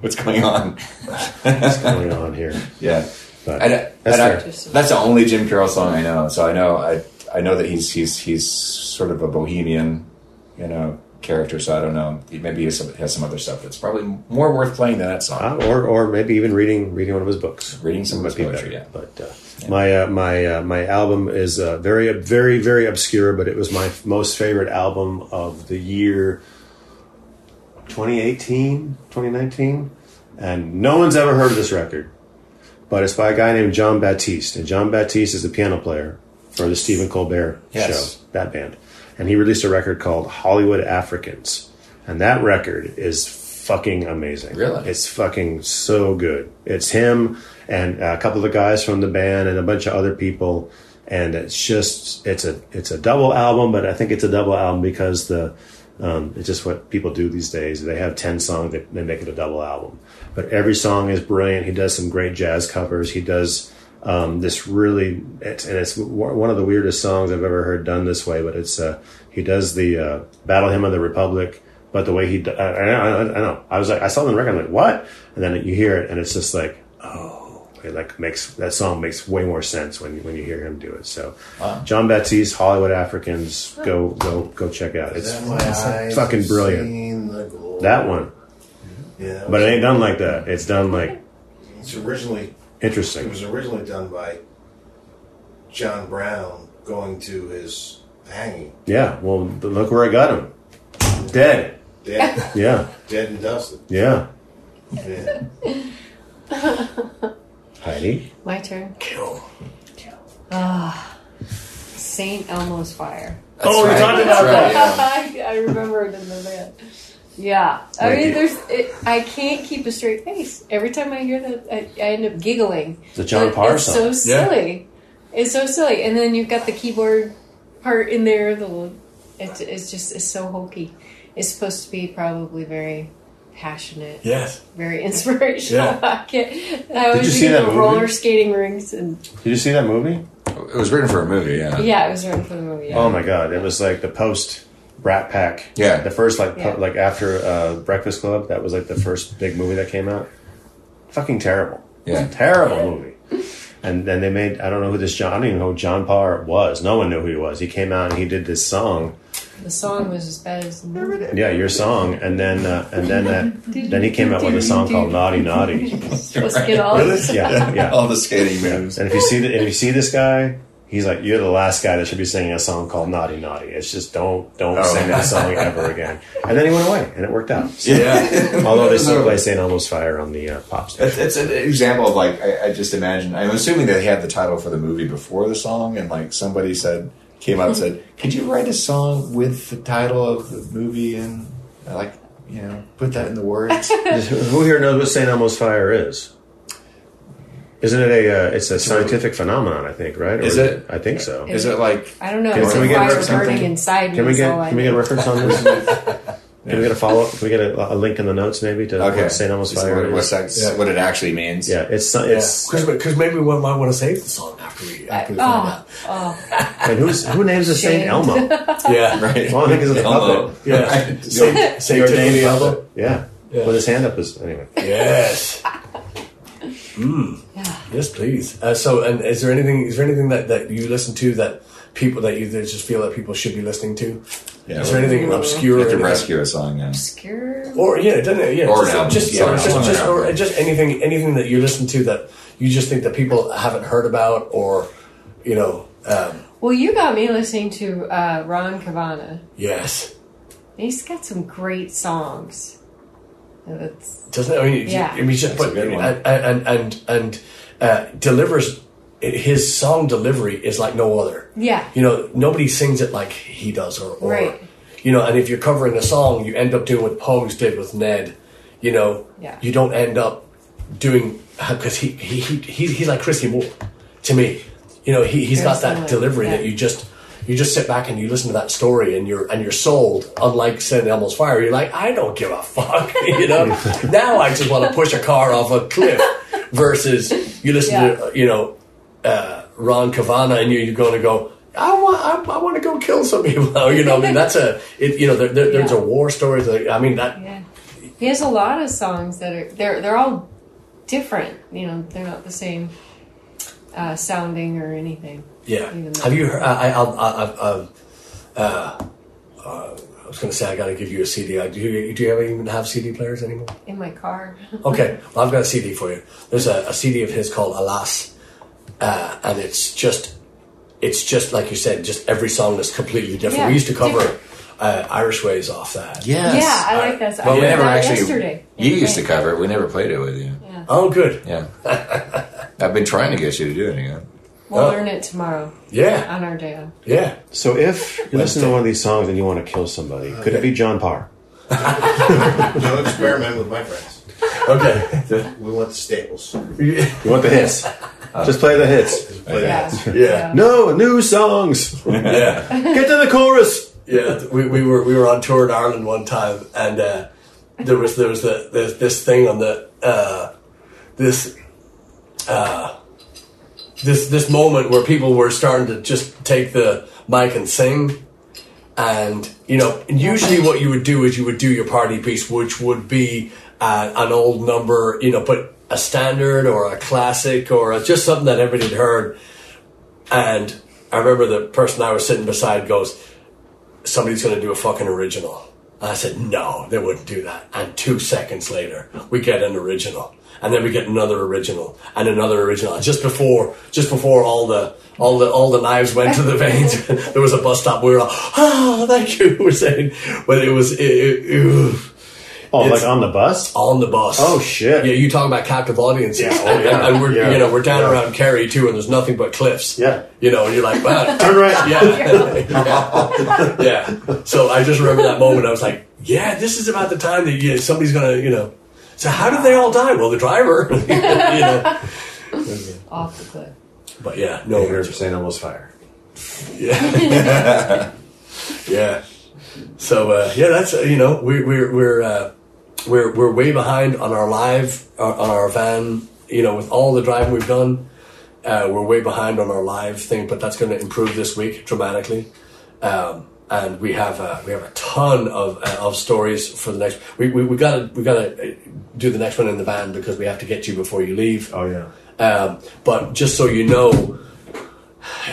B: what's going on.
A: what's going on here?
B: Yeah,
A: But
B: and, uh,
A: that's
B: and I,
A: fair.
B: that's the only Jim Carroll song I know. So I know I I know that he's he's he's sort of a bohemian, you know, character, so I don't know. Maybe he has some, has some other stuff that's probably more worth playing than that song.
A: Uh, or or maybe even reading reading one of his books.
B: Reading some of his
A: Might be
B: poetry,
A: better.
B: yeah.
A: But uh, my uh, my uh, my album is uh, very very very obscure, but it was my f- most favorite album of the year 2018, 2019, and no one's ever heard of this record. But it's by a guy named John Baptiste, and John Baptiste is the piano player for the Stephen Colbert
B: Yes.
A: show, that band. And he released a record called Hollywood Africans, and that record is fucking amazing.
B: Really?
A: It's fucking so good. It's him and a couple of the guys from the band and a bunch of other people, and it's just it's a it's a double album, but I think it's a double album because the um, it's just what people do these days. They have ten songs, they, they make it a double album. But every song is brilliant. He does some great jazz covers. He does um, this really it's, and it's w- one of the weirdest songs I've ever heard done this way. But it's uh, he does the uh, battle hymn of the republic, but the way he d- I, I, I, I know I was like I saw the record I'm like what, and then you hear it and it's just like oh it like makes that song makes way more sense when you- when you hear him do it. So John Baptiste, Hollywood Africans, go go go check out it's
C: Then my eyes
A: fucking
C: have
A: brilliant.
C: seen the glory.
A: that one,
C: Yeah,
A: but it ain't done like that. It's done like
C: it's originally It
A: interesting.
C: was originally done by John Brown going to his hanging,
A: Yeah, well but look where I got him, dead.
C: dead,
A: Yeah,
C: dead and dusted.
A: yeah.
C: Yeah.
A: Heidi.
E: My turn. Ah.
D: Kill.
E: Saint Elmo's Fire.
A: Oh, we talked about
B: that.
E: I, I remember it in the van. Yeah, I
A: Thank you.
E: mean, there's. It, I can't keep a straight face every time I hear that. I, I end up giggling.
A: The John
E: But
A: Parr
E: It's
A: song.
E: so
D: Yeah.
E: silly. It's so silly, and then you've got the keyboard part in there. The little, it's it's just it's so hokey. It's supposed to be probably very passionate,
D: Yes.
E: very inspirational.
D: Yeah.
E: I can't. I always
A: you
E: think
A: see
E: of
A: that
E: the
A: movie?
E: roller skating rinks and
A: Did you see that movie?
B: It was written for a movie, yeah.
E: yeah, it was right for the movie. Yeah.
A: Oh my god, it was like the post Rat Pack.
B: Yeah.
A: the first like
E: Yeah.
A: po- like after uh, Breakfast Club, that was like the first big movie that came out. Fucking terrible.
B: Yeah.
A: terrible movie. And then they made I don't know who this John I don't even know who John Parr was. No one knew who he was. He came out and he did this song.
E: The song was as bad as the movie.
A: Yeah, your song. And then uh, and then that then he came out with a song called Naughty Naughty.
E: Supposed to get all this.
A: Yeah, yeah.
B: All the skating moves.
A: And if you see the, if you see this guy, he's like, you're the last guy that should be singing a song called Naughty Naughty. It's just don't don't
B: Oh.
A: sing that song ever again. And then he went away, and it worked out. So-
B: Yeah.
A: Although they still play St. Elmo's Fire on the uh, pop station.
B: It's, it's an example of like I, I just imagine. I'm assuming they had the title for the movie before the song, and like somebody said, came out and said, "Could you write a song with the title of the movie and uh, like you know put that in the words?"
A: Who here knows what St. Elmo's Fire is? Isn't it a? Uh, it's a scientific phenomenon, I think, right? Or
B: Is it?
A: I think so.
B: Is it like
E: I don't know.
A: Can-
E: it's
A: can we
E: a
A: get rid
E: fire
A: of something?
E: burning inside me.
A: Can we
E: is all
A: get
E: I
A: Can we
E: know.
A: get a reference on this? Can we get a follow up? Can we get a, a link in the notes maybe to
B: okay?
A: what St. Elmo's
B: Just
A: Fire?
B: What, what's
A: Is?
B: that,
D: Yeah.
B: what it actually means?
A: Yeah, it's it's
D: Because maybe we might want to save the song after we after we find
E: Oh,
D: out.
E: oh,
A: and who's who names a Saint
E: Shame.
A: Elmo?
D: Yeah.
B: Right.
A: Well, I think it's a
B: Elmo.
A: puppet.
D: Yeah.
A: Your-
D: Save
A: your
D: it to
A: name
D: the
A: is-
D: album.
A: Yeah.
D: Yeah.
A: With his hand up is anyway.
D: Yes. Mm.
E: yeah.
D: Yes, please. Uh, so, and is there anything? Is there anything that, that you listen to that people that you that just feel that people should be listening to?
B: Yeah.
D: Is there anything
E: Mm.
D: obscure?
B: You
D: or
B: have to
D: anything-
B: rescue a song now.
E: Obscure.
D: Or yeah, doesn't yeah,
B: Or
D: just,
B: an album.
D: just,
B: Sorry,
D: yeah, just,
B: album.
D: just, or just anything, anything that you listen to that you just think that people haven't heard about, or you know, um,
E: Well, you got me listening to uh, Ron Cavana.
D: yes,
E: He's got some great songs. That's
D: doesn't I mean,
E: Yeah.
D: I mean, just
B: That's a
D: but
B: good one.
D: and and and, and uh, delivers his song delivery is like no other.
E: yeah.
D: you know, nobody sings it like he does, or, or
E: Right.
D: you know, and if you're covering a song, you end up doing what Pogues did with Ned. You know,
E: Yeah.
D: you don't end up doing because he, he he he's he's like Chrissy Moore to me. You know, he he's got
E: Very
D: that
E: similar,
D: delivery
E: yeah.
D: that you just you just sit back and you listen to that story and you're and you're sold. Unlike St. Elmo's Fire, you're like, I don't give a fuck. you know, now I just want to push a car off a cliff. Versus you listen
E: Yeah.
D: to you know Ron Cavana and you, you're going to go. I want. I, I want to go kill some people. You know. I mean, that's a. It, you know, there, there, there's a
E: Yeah.
D: war story. That, I mean, that.
E: Yeah, he has a lot of songs that are they're they're all different. You know, they're not the same uh, sounding or anything.
D: Yeah.
E: Even though-
D: Have you? heard- I. I. I. I, I uh, uh, was going to say I got to give you a CD. I- Do you, do you ever even have CD players anymore?
E: in my car.
D: Okay, well, I've got a CD for you. There's a, a CD of his called Alas, uh, and it's just, it's just like you said, just every song is completely different.
E: Yeah,
D: we used to cover
E: different.
D: uh, Irish Ways off that.
B: Yes.
E: Yeah, I like that. song.
B: Well,
E: I
B: we
E: did
B: never
E: that
B: actually.
E: yesterday.
B: You used to cover it. We never played it with you.
E: Yeah.
D: Oh, good.
B: Yeah. I've been trying to get you to do it again.
E: We'll
D: Oh.
E: learn it tomorrow
D: Yeah,
E: on our day off.
D: yeah.
A: So if you listen to one of these songs and you want to kill somebody, could it be John Parr?
C: No experiment with my friends.
D: Okay.
C: We want the staples.
A: You want the hits?
D: Uh,
A: Just play the hits.
E: Yeah.
C: uh,
D: Yeah.
A: No new songs.
D: yeah.
A: Get to the chorus.
D: Yeah, we, we were we were on tour in Ireland one time, and uh, there was there was the there's this thing on the uh, this uh, this this moment where people were starting to just take the mic and sing, and you know, and usually what you would do is you would do your party piece, which would be uh, an old number, you know, but a standard or a classic or a, just something that everybody had heard, and. I remember the person I was sitting beside goes, somebody's going to do a fucking original. And I said, no, they wouldn't do that. And two seconds later, we get an original. And then we get another original and another original. And Just before, just before all the, all the, all the knives went to the veins, there was a bus stop. We were all, ah, thank you. We're saying, but it was, it, it, it-
A: Oh,
D: It's-
A: like on the bus?
D: on the bus.
A: Oh, shit.
D: Yeah, you talk about captive audiences.
A: Yeah, oh, yeah.
D: And, and we're,
A: Yeah.
D: you know, we're down
A: Yeah.
D: around Kerry too, and there's nothing but cliffs.
A: Yeah.
D: You know, and you're like, wow,
A: Turn right.
D: yeah. yeah. So I just remember that moment. I was like, yeah, this is about the time that you, somebody's going to, you know. So how did they all die? Well, the driver. you know.
E: Off the cliff.
D: But yeah, no.
A: St. Elmo's Fire.
D: Yeah. yeah. So uh, yeah, that's uh, you know we're we're we're uh, we're we're way behind on our live uh, on our van. You know, with all the driving we've done, uh, we're way behind on our live thing. But that's going to improve this week dramatically. Um, and we have uh, we have a ton of uh, of stories for the next. We we, we gotta we gotta uh, do the next one in the van because we have to get you before you leave.
A: Oh yeah.
D: Um, but just so you know,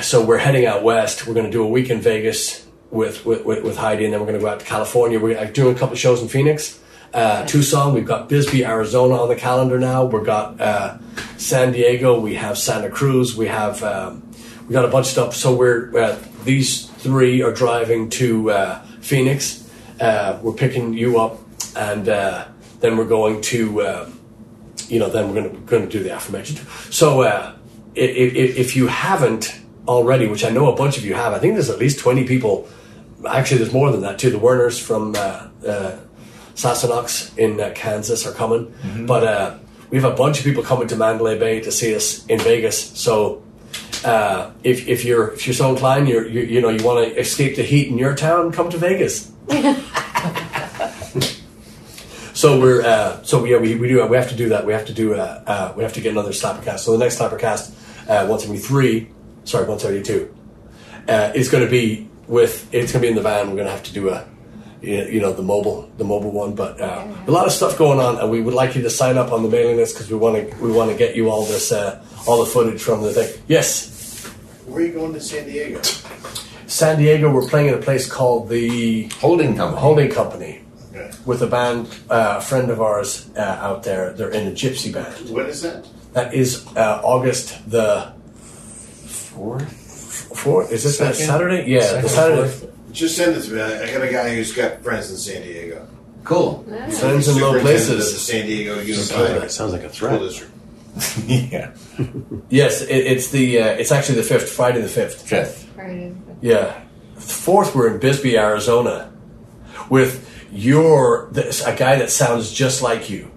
D: so we're heading out west. We're going to do a week in Vegas with with, with, with Heidi, and then we're going to go out to California. We're doing a couple of shows in Phoenix, uh, Tucson. We've got Bisbee, Arizona on the calendar now. We've got uh, San Diego. We have Santa Cruz. We have um, we got a bunch of stuff. So we're uh, these three are driving to uh, Phoenix. Uh, we're picking you up, and uh, then we're going to. Um, you know, then we're going to going to do the aforementioned. So, uh, if, if you haven't already, which I know a bunch of you have, I think there's at least twenty people. Actually, there's more than that too. The Werners from uh, uh, Sassanox in uh, Kansas are coming, but uh, we have a bunch of people coming to Mandalay Bay to see us in Vegas. So. Uh, if, if you're if you're so inclined, you're, you you know you want to escape the heat in your town, come to Vegas. So we're uh, so yeah we, we do we have to do that we have to do uh, uh, we have to get another slappercast. So the next slappercast, uh, one seventy three, sorry one seventy two, uh, is going to be with it's going to be in the van. We're going to have to do a you know the mobile the mobile one, but uh, a lot of stuff going on, and we would like you to sign up on the mailing list because we want to we want to get you all this uh, all the footage from the thing. Yes,
C: Where are you going to San Diego?
D: San Diego. We're playing at a place called the
B: Holding company.
D: Holding Company.
C: Okay.
D: With a band, uh, a friend of ours uh, out there, they're in a gypsy band.
C: What is that?
D: That is uh, August the
B: Fourth?
D: fourth. Is this that
B: Second?
D: Saturday? Yeah,
B: Second,
D: the Saturday.
B: fourth.
C: Just send it to me. I I got a guy who's got friends in San Diego.
B: Cool.
D: Friends in low
C: Superintendent Of the
D: places.
C: San Diego
A: Sounds like,
C: Unified
A: it sounds like a
C: School
A: threat.
C: District.
B: yeah.
D: Yes, it, it's the. Uh, it's actually the fifth. Friday the fifth.
B: Fifth.
E: Right.
D: Yeah, fourth. We're in Bisbee, Arizona, with your this, a guy that sounds just like you.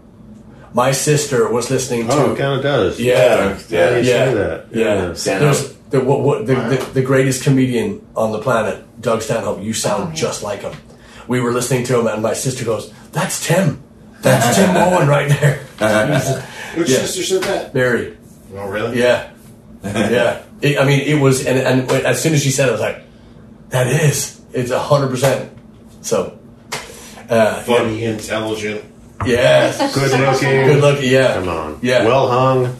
D: My sister was listening to.
A: Oh, it kind of does.
D: Yeah,
A: Yeah, you
B: Yeah.
D: yeah,
A: say that.
D: yeah.
B: Stanhope.
D: There's the, what, what, the, the, the greatest comedian on the planet, Doug Stanhope. You sound just like him. We were listening to him, and my sister goes, "That's Tim. That's Tim Owen right
A: Uh-huh.
D: there."
C: Which
D: Yeah.
C: sister said that?
D: Mary.
C: Oh, really?
D: Yeah, yeah. It- I mean, it was, and, and as soon as she said, it, I was like, "That is, it's a hundred percent." So, uh,
C: Funny, intelligent.
D: yes,
A: Good looking.
D: good luck. Yeah,
A: Come on.
D: Yeah.
A: Well hung.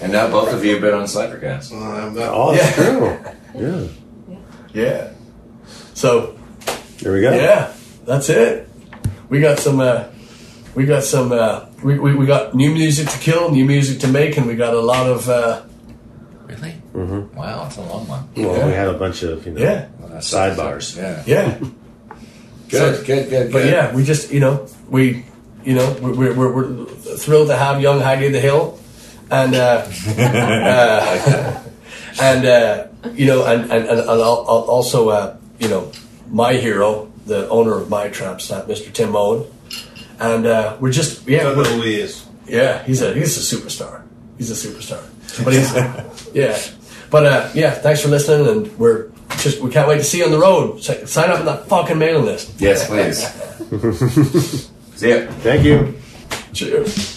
B: And now both of you have been on Cybercast.
C: Well, I'm not.
A: Oh, that's
D: Yeah.
A: true. Yeah.
D: yeah. So,
A: There we go.
D: yeah, that's it. We got some. Uh, we got some. Uh, we, we we got new music to kill, new music to make, and we got a lot of. Uh,
B: Really? Mm-hmm. Wow, it's a long one. Uh,
A: Well,
D: Yeah.
A: we had a bunch of you know
D: Yeah.
A: sidebars.
B: Yeah.
D: yeah,
B: Good, good, good,
D: but
B: good.
D: yeah, we just you know we you know we're we're, we're thrilled to have young Heidi of the Hill, and. Uh, and uh, you know, and and, and, and al- al- also uh, you know, my hero, the owner of my trap stop, Mr. Tim Owen, and uh, we're just yeah,
F: Don't
D: we're-
F: know who he is.
D: yeah, he's a he's a superstar. He's a superstar. But he's yeah. But uh, yeah, thanks for listening, and we're just we can't wait to see you on the road. S- Sign up on that fucking mailing list.
B: Yes, please. See ya.
A: Thank you.
D: Cheers.